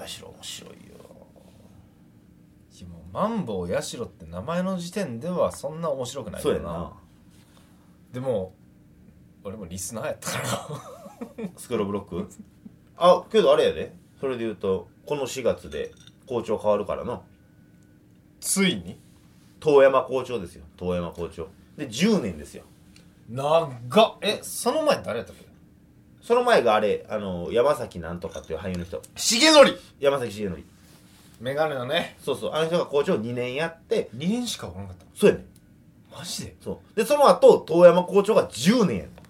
やしろ面白いよいやもうマンボウヤシロって名前の時点ではそんな面白くないそうよやなでも俺もリスナーやったからスクローブロックあけどあれやでそれで言うとこの4月で校長変わるからな ついに遠山校長ですよ遠山校長で10年ですよ長っえその前誰やったっけその前があれあの山崎なんとかっていう俳優の人重則山崎茂則メガネのねそうそうあの人が校長2年やって2年しかおらなかっそうやねんたマジでそうでその後遠山校長が10年やった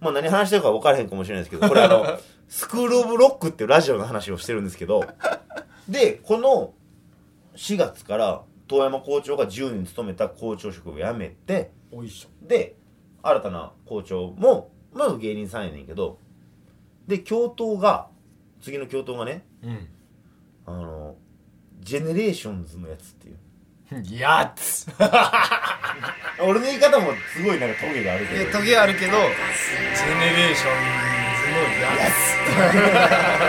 まあ何話してるか分からへんかもしれないですけどこれあのスクール・オブ・ロックっていうラジオの話をしてるんですけどでこの4月から遠山校長が10年勤めた校長職を辞めておいしょで新たな校長もまず芸人さんやねんけどで教頭が次の教頭がねうあのジェネレーションズのやつっていうんやつ俺の言い方もすごいなんかトゲがあるけどトゲあるけどジェネレーションズのやつ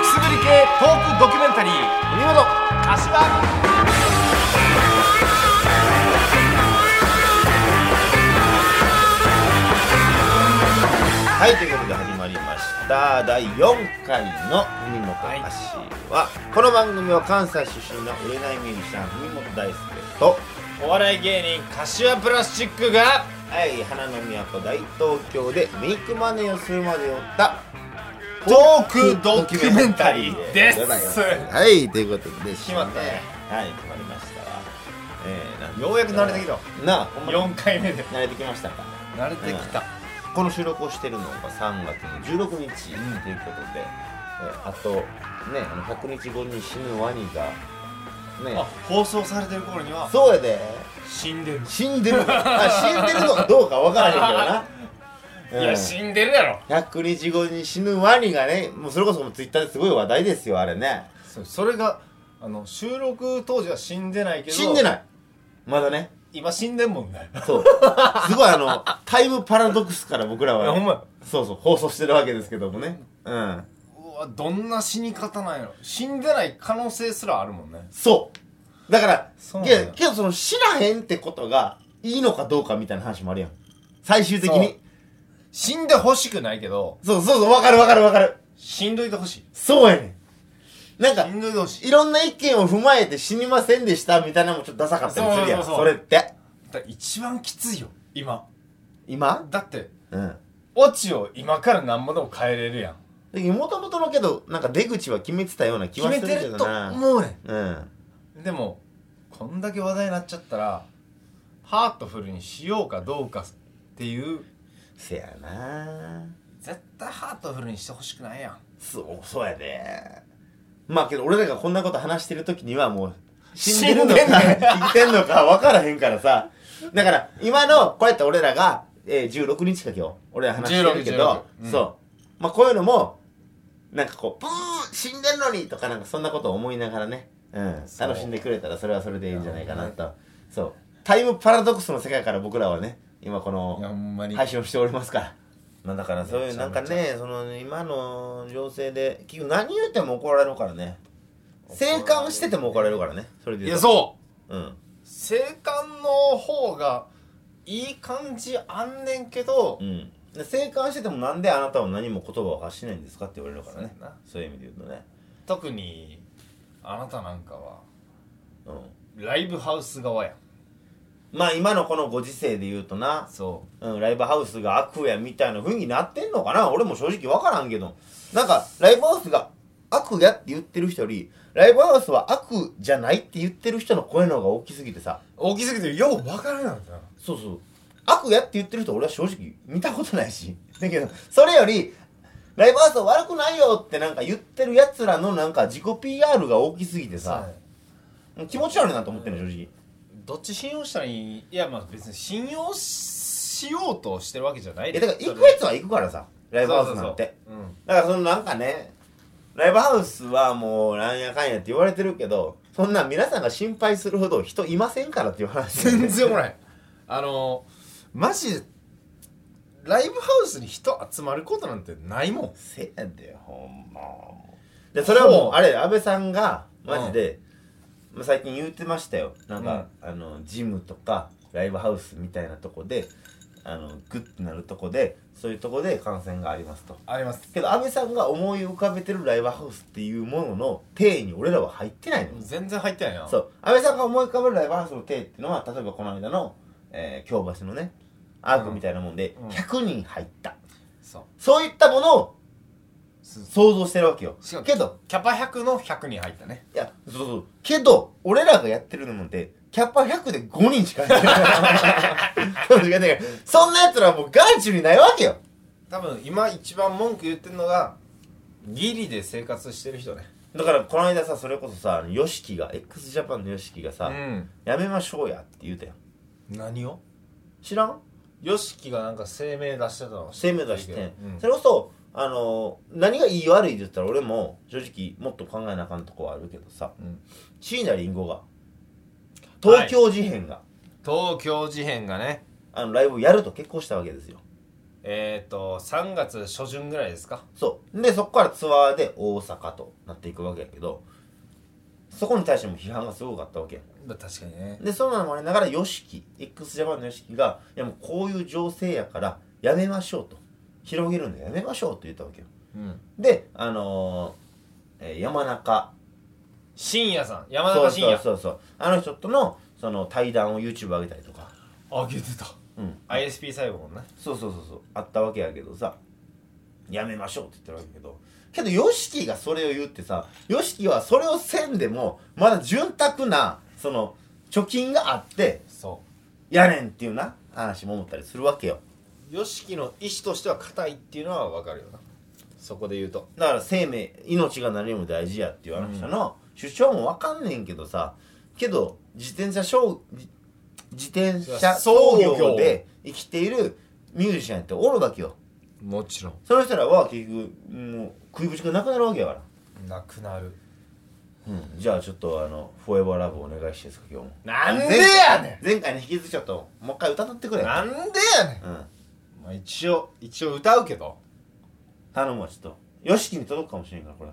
くすぶり系トークドキュメンタリー見事柏はいということで始まりました第4回の「文元橋は」この番組は関西出身の売れないミュージシャン文元大輔とお笑い芸人柏プラスチックがはい花の都大東京でメイクマネーをするまでを追ったトークドキュメンタリーですございますはいということで決まったねはい決まりましたわえー、ようやく慣れてきたなあほんまに4回目で慣れてきましたか慣れてきた、この収録をしてるのが3月の16日ということで、えーあとねあの100日後に死ぬワニがねあ放送されてる頃にはそうやで死んでる、死んでるあ死んでるのかどうかわからへん けどな、いうんや死んでるやろ100日後に死ぬワニがねもうそれこそもうツイッターですごい話題ですよあれねそそれがあの収録当時は死んでないけど死んでいないまだね今死んでんもんね そうすごいあのタイムパラドックスから僕らいやはほんまやそうそう放送してるわけですけどもねうんうわどんな死に方なんやろ死んでない可能性すらあるもんねそう。だから、そういなんやや、けどその知らへんってことがいいのかどうかみたいな話もあるやん。最終的に。死んでほしくないけどそうそうそう、わかるわかるわかる。死んどいてほしいそうやねん。なんか死、んどいてほしいいろんな意見を踏まえて死にませんでしたみたいなのもちょっとダサかったりするやん。そうそうそうそれって。だ一番きついよ今今だってうん。オチを今から何もでも変えれるやんもともとのけど、なんか出口は決めてたような気決はめするてけるどとな。思うねんうん。でもこんだけ話題になっちゃったらハートフルにしようかどうかっていうせやな絶対ハートフルにしてほしくないやんそう、そうやで。まあけど、俺らがこんなこと話してる時にはもう、死死んんででるるののかか、生きてんのか分からへんからさ。だから、今の、こうやって俺らが、えー、16日か今日、俺ら話してるけど、 16うんそう。まあこういうのも、なんかこう、プー死んでんのにとか、なんかそんなことを思いながらね、うん、そう楽しんでくれたらそれはそれでいいんじゃないかなと。そう。タイムパラドックスの世界から僕らはね、今この、ほんま配信をしておりますから。まあだからそういめうちなんゃめちゃかねその今の情勢で結局何言っても怒られるからね生還してても怒られるからねそれでい言やうとそううん生還の方がいい感じあんねんけどうんで生還しててもなんであなたは何も言葉を発しないんですかって言われるからねそうやなそういう意味で言うとね特にあなたなんかはうんライブハウス側やんまあ今のこのご時世で言うとな、そうん、ライブハウスが悪やみたいな雰囲気になってんのかな俺も正直わからんけどなんかライブハウスが悪やって言ってる人よりライブハウスは悪じゃないって言ってる人の声の方が大きすぎてさう大きすぎてよう分からないんだよそうそう悪やって言ってる人俺は正直見たことないし だけどそれよりライブハウスは悪くないよってなんか言ってるやつらのなんか自己 PR が大きすぎてささ、気持ち悪いなと思ってるの正直どっち信用したらいいいやまあ別に信用しようとしてるわけじゃないえだから行くやつは行くからさライブハウスなんてそうそうそううんだからそのなんかねライブハウスはもうなんやかんやって言われてるけどそんな皆さんが心配するほど人いませんからっていう話全然おらんあのマジでライブハウスに人集まることなんてないもんせやでほんまでそれはそもううあれ安倍さんがマジで、まあ最近言ってましたよなんか、あのジムとかライブハウスみたいなとこであのグッてなるとこでそういうとこで感染がありますとありますけど安倍さんが思い浮かべてるライブハウスっていうものの体に俺らは入ってないの全然入ってないなそう安倍さんが思い浮かべるライブハウスの体っていうのは例えばこの間の、えー京橋のねアークみたいなもんでうん100人入った、そうそういったものをす想像してるわけよしかもけどキャパ100の100人入ったねいやそうそうけど俺らがやってるのもんてキャッパ100で5人しか入って ないしかないそんなやつらもう眼中にないわけよ多分今一番文句言ってるのがギリで生活してる人ねだからこの間さそれこそさ YOSHIKI が x ジャパンの YOSHIKI がさ、んやめましょうやって言うたよ何を知らんヨシキがなんか声明出してたの生命出して、うんそれこそあの何がいい悪いって言ったら俺も正直もっと考えなあかんとこはあるけどさうん椎名林檎が東京事変が、東京事変がねあのライブをやると結婚したわけですよえっ、ー、と3月初旬ぐらいですかそうでそこからツアーで大阪となっていくわけやけどそこに対しても批判がすごかったわけや確かにねでそんなのもありながら YOSHIKI x ジャパンの YOSHIKI がいやもうこういう情勢やからやめましょうと広げるのやめましょうと言ったわけようんであのーえー山中深夜さん山中深夜そうそうそうそうあの人とのその対談を YouTube 上げたりとかあげてたうん ISP 細胞もねそうそうそうそうあったわけやけどさやめましょうって言ってるわけやけどけど YOSHIKI がそれを言ってさ YOSHIKI はそれをせんでもまだ潤沢なその貯金があってそやねんっていうな話も思ったりするわけよう YOSHIKI の意思としては硬いっていうのは分かるよなそこで言うとだから生命命が何よりも大事やっていうあの人の主張もわかんねんけどさけど自転車商自自転車操操業業で生きているミュージシャンっておるわけよもちろんその人らは結局もう食いぶちがなくなるわけやからなくなるうん、じゃあちょっとあの「フォーエバーラブお願いしていいですか今日もなんでやね前回に引きずっちゃっともう一回歌ってくれんなんでやねん、うんまあ、一応一応歌うけど頼むわちょっと YOSHIKI に届くかもしれんからこれ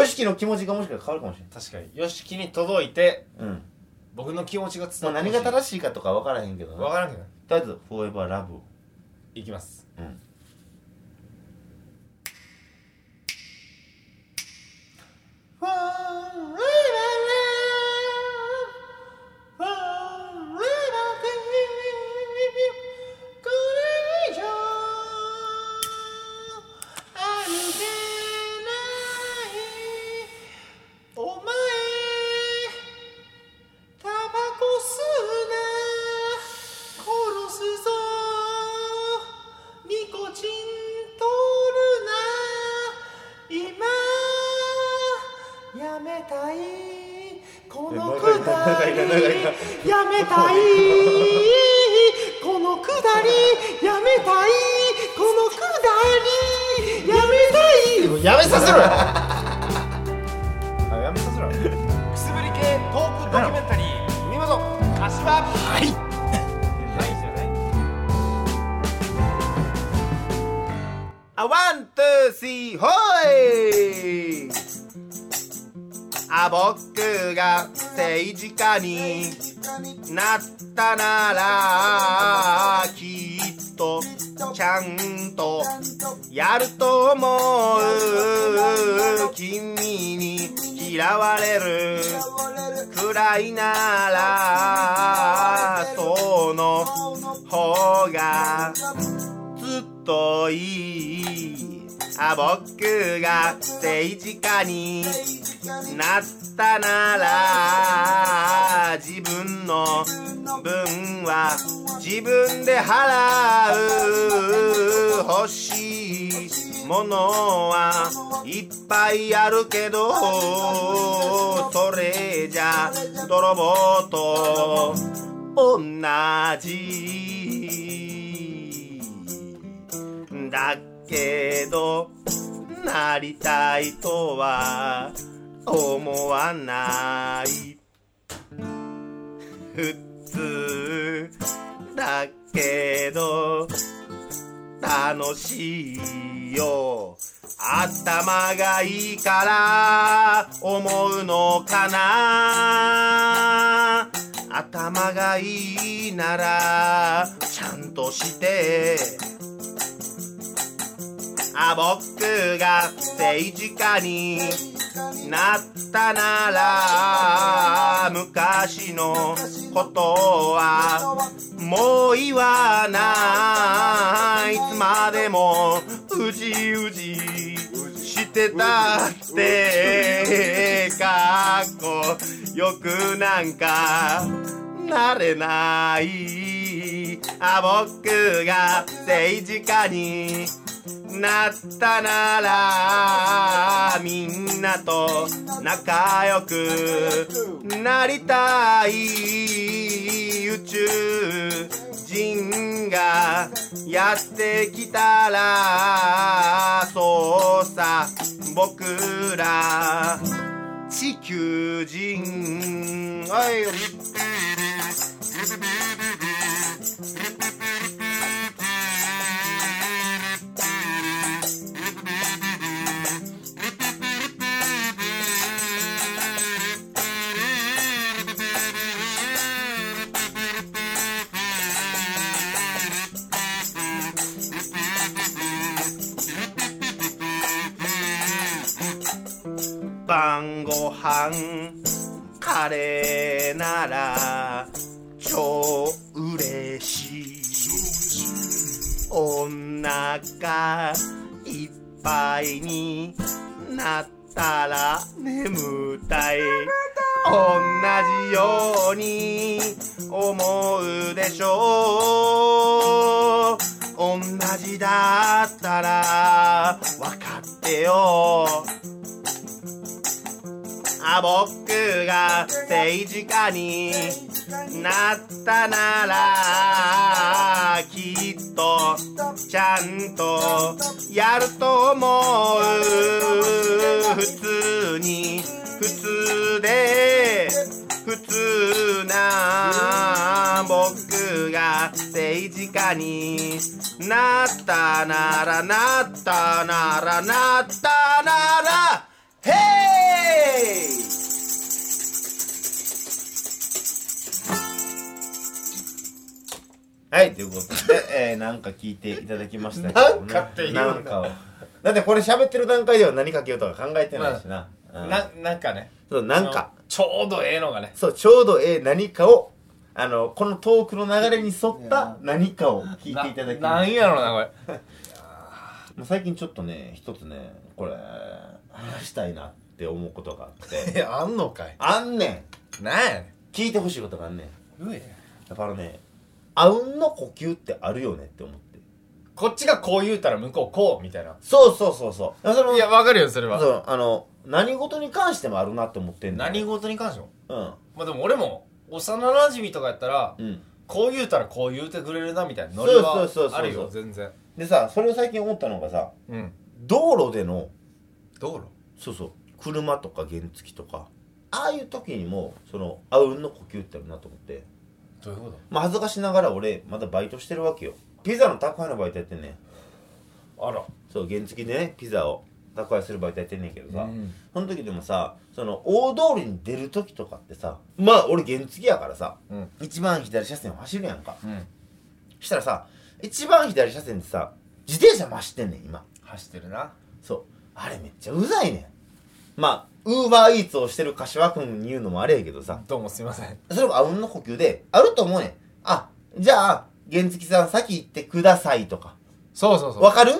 YOSHIKI の気持ちがもしかしたら変わるかもし確かに YOSHIKI に届いてれんうん僕の気持ちが伝もうわって何ほしいが正しいかとか分からへんけど分なからんけどねとりあえず「フォーエバーラブをいきますうんお前タバコ吸うな殺すぞニコチン取るな今やめたいこのく長だりい長い長い長やめたいこのくだりやめたいこのくだりやめたいやめさせろよあやめさせろくすぶり系トークドキュメンタリー見事足場はいはいじゃないあワンツースリーホイあ僕が政治家になったならきっとちゃんとやると思う君に嫌われるくらいならその方がずっといいあ僕が政治家になったなら自分の分は自分で払う欲しいものはいっぱいあるけどそれじゃ泥棒と同じだけどなりたいとは思わない普通だけど楽しいよ頭がいいから思うのかな頭がいいならちゃんとしてあ僕が政治家になったなら昔のことはもう言わないいつまでもうじうじしてたってかっこよくなんかなれないあ僕が政治家になったならみんなと仲良くなりたい宇宙人がやってきたらそうさ僕ら地球人はい晩ご飯カレーなら超嬉しいお腹いっぱいになったら眠たい同じように思うでしょう同じだったら分かってよあ僕が政治家になったならきっとちゃんとやると思う普通に普通で普通な僕が政治家になったならなったならなったならヘイはい、ということで、えー、なんか聞いていただきましたけど、なんかって言うんだなんかを。だってこれ喋ってる段階では何かけようとか考えてないしな。うんななんかねそう、なんか、ちょうどええのがねそう、ちょうどええ何かを、あの、このトークの流れに沿った何かを聞いていただきなまなしんやろなこれた。もう最近ちょっとね、一つね、これ、話したいなって思うことがあって、いやあんのかいあんねんなんやね聞いてほしいことがあんねん。んだからね、あうんの呼吸ってあるよねって思って。こっちがこう言うたら向こうこうみたいなそうそうそうそう。そのいやわかるよそれそはうあの何事に関してもあるなって思ってんの何事に関してもうんまあでも俺も幼馴染とかやったらうんこう言うたらこう言うてくれるなみたいなノリはそうそうそうそうあるよ全然でさそれを最近思ったのがさうん道路での道路そうそう車とか原付とかああいう時にもそのあうんの呼吸ってあるなと思ってどういうこまあ恥ずかしながら俺まだバイトしてるわけよピザの宅配のバイトやってんねんとあらそう原付でねピザを宅配するバイトやってんねんけどさ、うんその時でもさその大通りに出る時とかってさまあ俺原付やからさうん一番左車線を走るやんかうんしたらさ一番左車線でさ自転車も走ってんねん今走ってるなそうあれめっちゃうざいねんまあウーバーイーツをしてる柏君に言うのもあれやけどさどうもすいませんそれもあうんの呼吸であると思うねんあじゃあ原付さん先行ってくださいとかそうそうわかる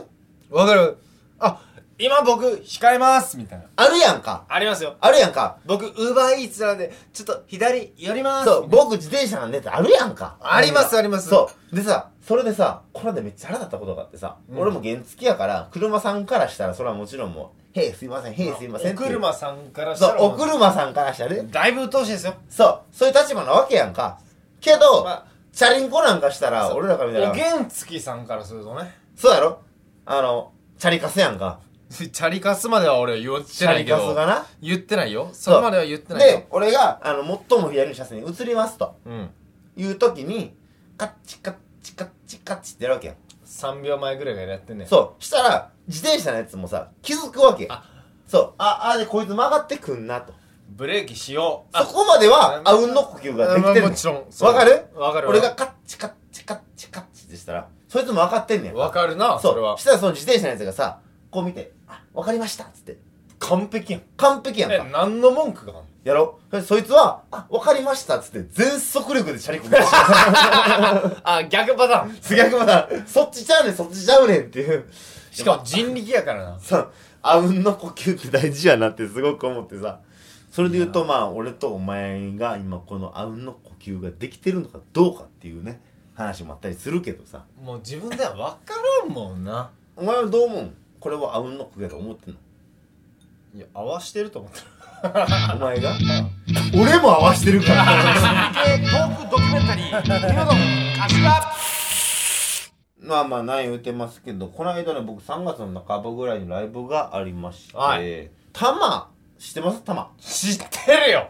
わかるあ今僕控えますみたいなあるやんかありますよあるやんか僕ウーバーイーツなんでちょっと左寄りますそう僕自転車なんでってあるやんかありますありますそうでさそれでさこの間めっちゃ腹立ったことがあってさ、うん俺も原付やから車さんからしたらそれはもちろんもう「へいすいませんへいすいません」っおていう車さんからしそたうら、お車さんからしたらね。だいぶ鬱陶しいですよそう、そういう立場なわけやんか。けど、まあチャリンコなんかしたら、そう俺らから見たおら、原付さんからするとねそうやろあの、チャリカスやんか。 チャリカスまでは俺は言ってシなャいリけカスどがな言ってないよそうそこまでは言ってないよで俺があの最も左の車線に移りますとうんいう時にカッチカッチカッチカッチってやるわけやん3秒前ぐらいからやってんねんそうしたら自転車のやつもさ気づくわけあそうああでこいつ曲がってくんなとブレーキしようそこまではああうんの呼吸ができてまあるもちろんそうわかるわかる俺がカッチカッチカッチカッチってしたらそいつも分かってんねんわかるなそれそはうしたらその自転車のやつがさこう見て「あ分かりました」っつって完璧やん完璧やんえか何の文句があんのやろそそいつは「あ分かりました」っつって全速力でチャリこぐらし いあ逆パターン逆まだそっちちゃうねんそっちちゃうねんっていうしかも人力やからなさあうんの呼吸って大事やなってすごく思ってさそれで言うとまあ俺とお前が今このあうんの呼吸ができてるのかどうかっていうね話もあったりするけどさもう自分では分からんもんなお前はどう思うんこれはあうんの呼吸だと思ってんのいや合わしてると思ってるお前が俺も合わしてるからまあまあ何言うてますけどこの間ね僕3月の半ばぐらいにライブがありまして、はタマ知ってますタマ知ってるよ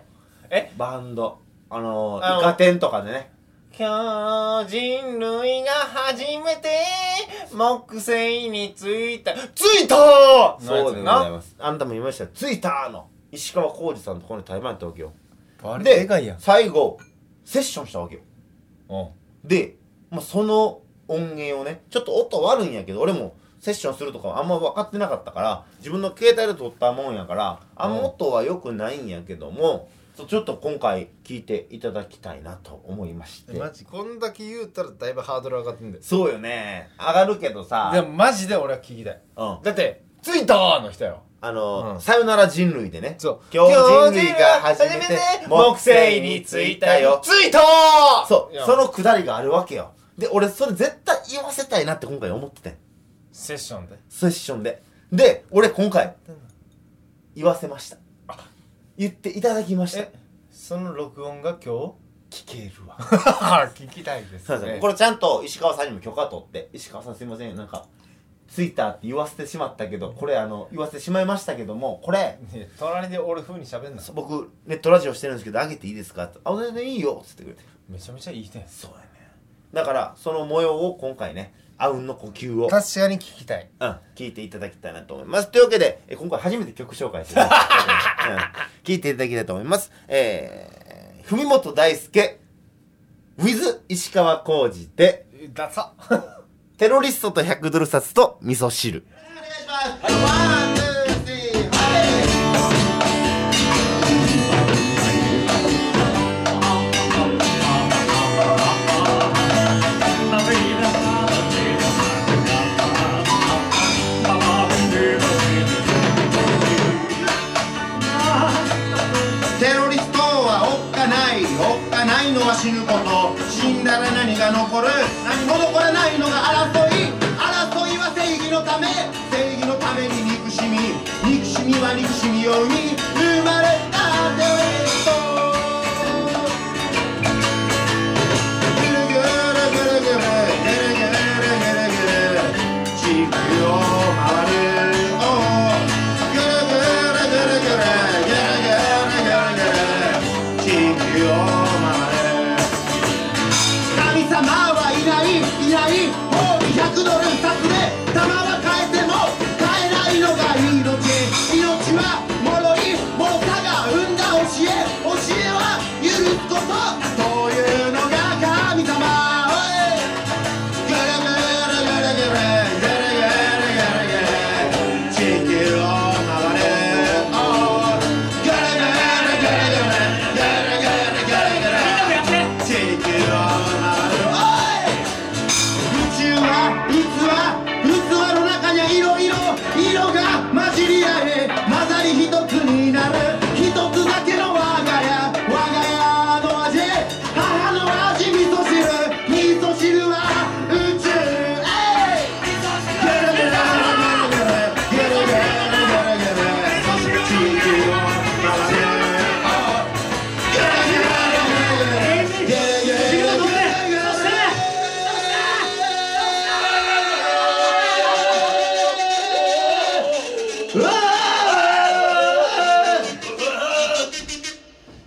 えバンドあのあのイカ天とかでね今日人類が初めて木星についたついたーそうでございなます。あんたも言いましたよ。着いたーの石川浩二さんとこの対バンやったわけよ。バででかいやん最後、セッションしたわけよ。うんで、まあ、その音源をね、ちょっと音悪いんやけど、俺もセッションするとかあんま分かってなかったから、自分の携帯で撮ったもんやから、あんまうん音は良くないんやけども、ちょっと今回聞いていただきたいなと思いまして。マジこんだけ言うたらだいぶハードル上がってんだよそうよね。上がるけどさ、でもマジで俺は聞きたいうん。だって「ついた!」の人やろあの、うんさよなら人類でね。そう今日人類が初めて木星についたよ。ついたーそう、そののくだりがあるわけよ。で、俺それ絶対言わせたいなって今回思っててん。セッションでセッションで。で、俺今回、言わせました。言っていただきました。えその録音が今聞けるわ。日 聞きたいですそうですね。これちゃんと石川さんにも許可取って、石川さんすいません、なんか、ツイッターって言わせてしまったけど、これあの、言わせてしまいましたけども、これ、いや隣で俺風に喋んな僕、ネットラジオしてるんですけど、あげていいですかって。あ、全然いいよっつってくれて。めちゃめちゃいいねそうやね。だから、その模様を今回ね、あうんの呼吸を。確かに聞きたいうん、聞いていただきたいなと思います。というわけで、え今回初めて曲紹介する、うん。聞いていただきたいと思います。えー、文元大輔、with 石川浩二で、ダサテロリストと100ドル札と味噌汁。テロリストはおっかないおっかないのは死ぬこと死んだら何が残る何も残らないのが争い争いは正義のため正義のために憎しみ憎しみは憎しみを生み生まれたテロリストぐるぐるぐるぐるぐるぐるぐるぐる地球を回るぐるぐるぐるぐるぐるぐるぐるぐる地球を回る神様はいないいないもう200ドル札で玉は変えても変えないのが命命は脆い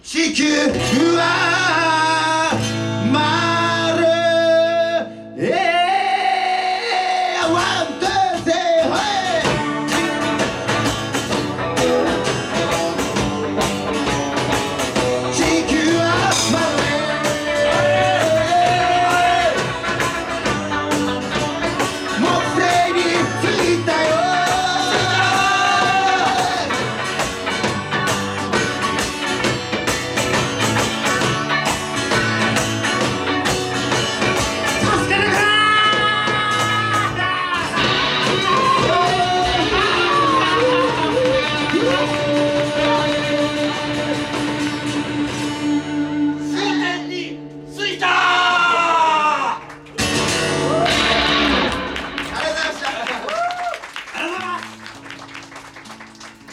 球は丸えワンツーセーフ地球は丸え木星に着いたよ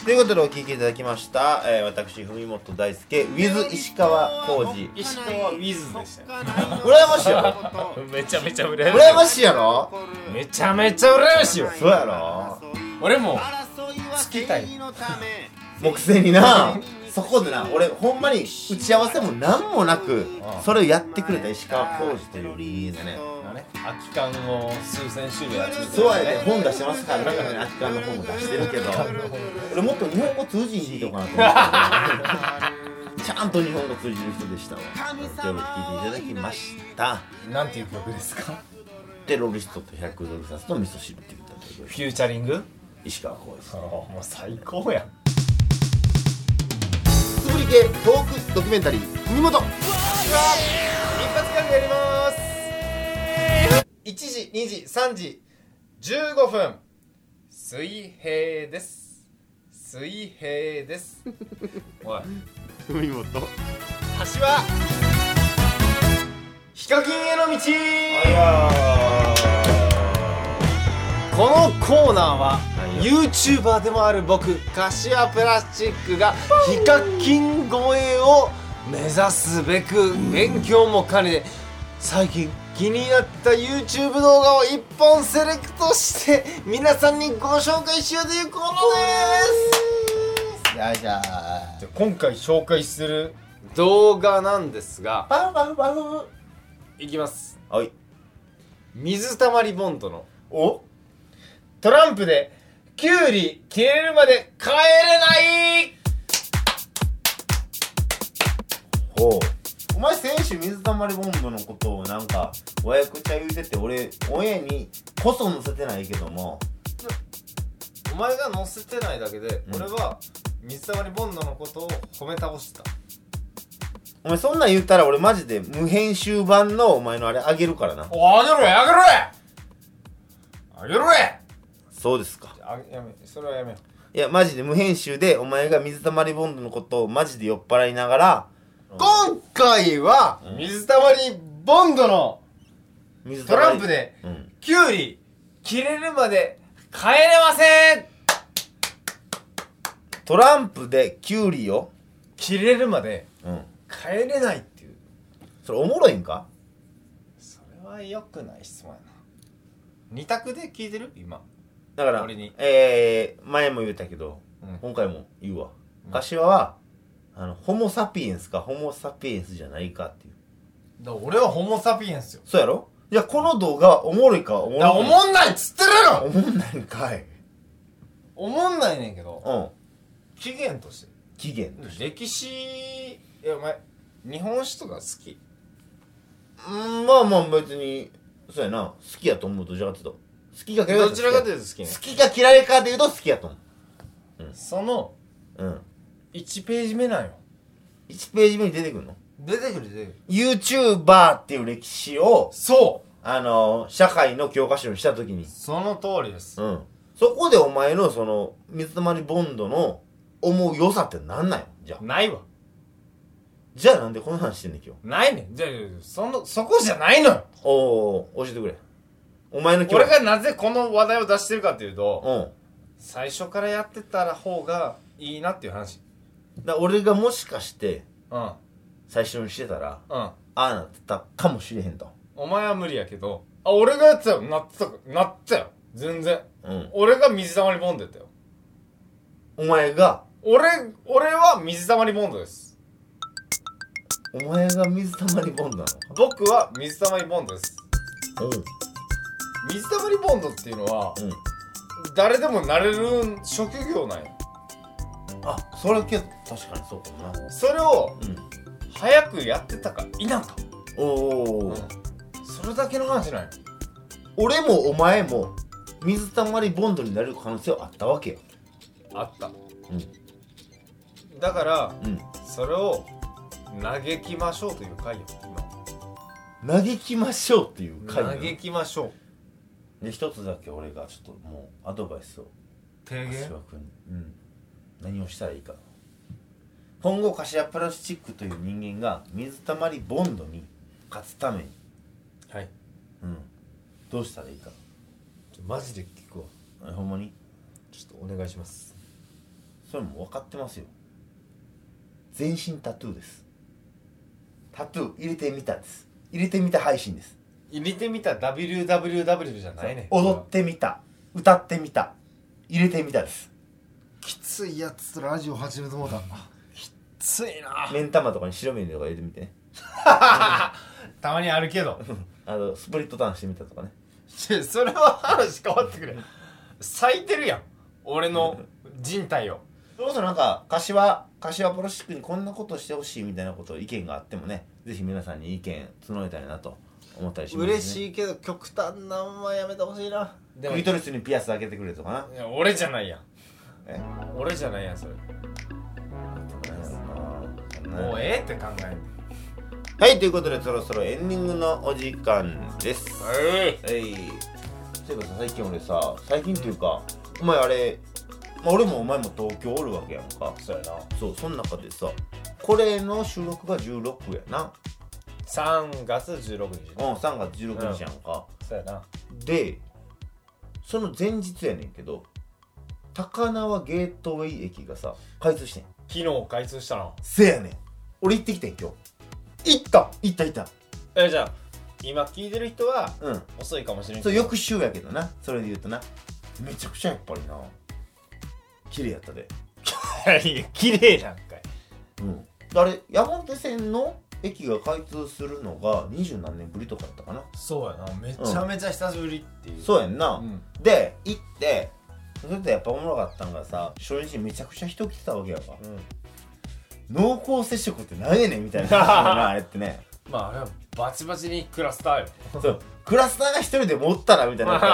ということでお聞きいただきました、えー、私文本大輔 with 石川浩二石川ウィズでした よ羨ましいやろ めちゃめちゃ羨まし羨ましいやろ いめちゃめちゃ羨ましいよそうやろ俺もつきたい木星になそこでな俺ほんまに打ち合わせも何もなくああそれをやってくれた石川浩二というリーズね空き缶を数千種類集めてそうやで本出してますから中に空き缶の本も出してるけど俺もっと日本語通じん人かなと思ってた ちゃんと日本語通じる人でしたわということで聞いていただきましたなんていう曲ですかテロリストと100ドル札と味噌汁って言ったんだけどフューチャリング石川浩二もう最高やんつぶり系トークドキュメンタリー文元一発ギャグやります1時2時3時15分水平です水平ですおい文元橋はヒカキンへの道このコーナーは YouTuber でもある僕柏プラスチックがヒカキン超えを目指すべく勉強も兼ねて最近気になった YouTube 動画を1本セレクトして皆さんにご紹介しようというコーナーですよいしょじゃあ今回紹介する動画なんですがパフパフパフいきますはい水たまりボンドのおトランプでキュウリ切れるまで帰れないおお前選手水溜りボンドのことをなんか和訳ちゃ言うてて俺オンエアにこそ載せてないけどもお前が載せてないだけで、うん俺は水溜りボンドのことを褒め倒してたお前そんなん言ったら俺マジで無編集版のお前のあれあげるからなおあげろやあげろやあげろやそうですかあげやめそれはやめよいやマジで無編集でお前が水溜りボンドのことをマジで酔っ払いながら今回はうん水溜りボンドの水溜トりランプでうんキュウリ切れるまで帰れませんトランプでキュウリを切れるまでうん帰れないっていうそれおもろいんかそれは良くない質問やな二択で聞いてる今だから俺に、えー、前も言ったけど、うん今回も言うわ。うん柏は、あの、ホモサピエンスか、ホモサピエンスじゃないかっていう。だから俺はホモサピエンスよそうやろじゃあこの動画はおもろいか、おもだからろおいか。もんないっつってるやろおもんないんかい。おもんないねんけどうん。起源として期限として。歴史いやお前日本史とか好きうん、まあまあ別に、そうやな。好きやと思うどちらかというと。好きが嫌いどちらかといううと好きとね好きか嫌いかで言うと好きやと思そのう。うん。 1ページ目なんよ1ページ目に出てくるの出てくる出てくる ?YouTuber っていう歴史を、そうあの社会の教科書にしたときに、その通りですうん。そこでお前のその、水溜りボンドの思う良さってなんなんよじゃあ。ないわじゃあなんでこの話してんねん今日。ないねんじゃあそのそこじゃないのよおー、教えてくれ。お前の今日。俺がなぜこの話題を出してるかっていうとうん。最初からやってたら方がいいなっていう話だから俺がもしかして、うん最初にしてたら、うんああなってたかもしれへんと。お前は無理やけどあ俺がやってたよなってたなってたよ全然うん。俺が水溜りボンドやったよお前が、俺俺は水溜りボンドですお前が水溜りボンドな僕は水溜りボンドですのうん水溜りボンドっていうのは、うん誰でもなれる職業なんよあそれはけど確かにそうかもなそれをうん早くやってたか否か、おお、それだけの話なんよ俺もお前も水溜りボンドになれる可能性はあったわけよあった、だからうんそれを嘆きましょうという回よ嘆きましょうっていう今会なの嘆きましょで一つだけ俺がちょっともうアドバイスをう提柏君に、うん、何をしたらいいか今後柏プラスチックという人間が水溜りボンドに勝つために、はいうん、どうしたらいいかマジで聞くわえほんまにちょっとお願いしますそれも分かってますよ全身タトゥーですタトゥー入れてみたです入れてみた配信です入れてみた WWW じゃないね踊ってみた歌ってみた入れてみたですきついやつラジオ始めてもうたついな目ん玉とかに白目とか入れてみてね たまにあるけどあのスプリットターンしてみたとかねちょそれは話変わってくれ咲いてるやん俺の人体をそれこそなんか柏柏プロシックにこんなことしてほしいみたいなこと意見があってもねぜひ皆さんに意見募れたいなと思ったりします、ね、嬉いしいけど極端なまはやめてほしいなでクもいリトリスにピアス開けてくれとかなや俺じゃないやんえ俺じゃないやんそれもうはええって考えるいということでそろそろエンディングのお時間ですえはいそういえばさ最近俺さ最近というかお前あれ、まあ、俺もお前も東京おるわけやんかそうやなそうそん中でさこれの収録が16やな3月16日うん3月16日やんか、そうやなでその前日やねんけど高輪ゲートウェイ駅がさ開通してん昨日開通したなせやねん俺行ってきてん今日行った行った行ったえじゃあ今聞いてる人はうん遅いかもしれんそうけ翌週やけどなそれで言うとなめちゃくちゃやっぱりな綺麗やったでど いや綺麗なんかいうんあれ山手線の駅が開通するのが二十何年ぶりとかだったかなそうやなめちゃめちゃ久しぶりっていうそうやんな、んで行ってそれでやっぱおもろかったんがさ初日めちゃくちゃ人来てたわけやからうん濃厚接触って何やねんみたいな感じだよなあれってねまああれはバチバチにクラスターよそうクラスターが一人で持ったらみたいなこと や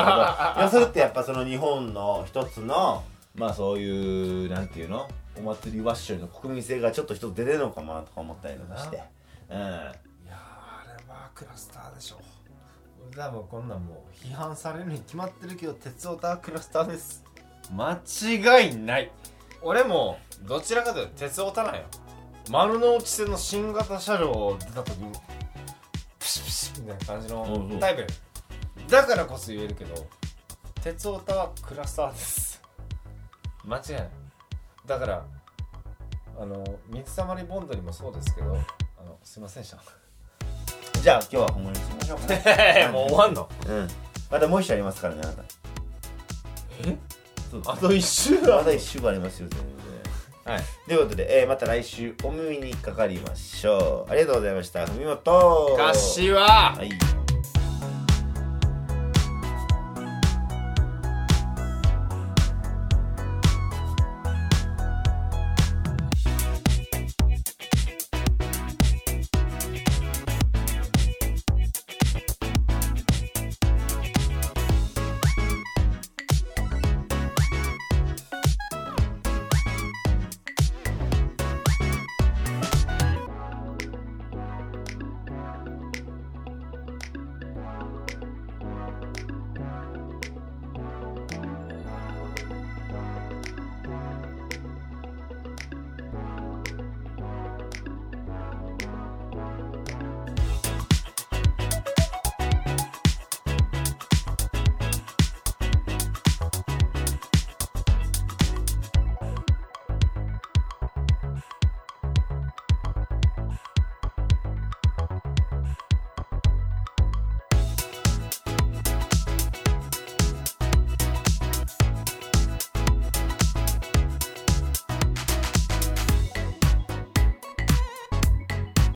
けどいやそれってやっぱその日本の一つのまあそういうなんていうのお祭りワッショイの国民性がちょっと一つ出てるのかもなとか思ったりとかしてうんいやーあれはクラスターでしょ多分こんなんもう批判されるに決まってるけど鉄オタはクラスターです間違いない俺もどちらかというと鉄オタなんよ丸の内線の新型車両を出た時にプシュプシュみたいな感じうんうのんタイプだからこそ言えるけど鉄オタはクラスターです間違いないだからあの水溜りボンドにもそうですけどあのすいませんでしたじゃあ今日はこの辺にしましょうかねもう終わんのうんまたもう一週ありますからねあなたそうですねと一周まだ1週間ありますよ全然はいということで、えーまた来週お耳にかかりましょうありがとうございました文元昔ははい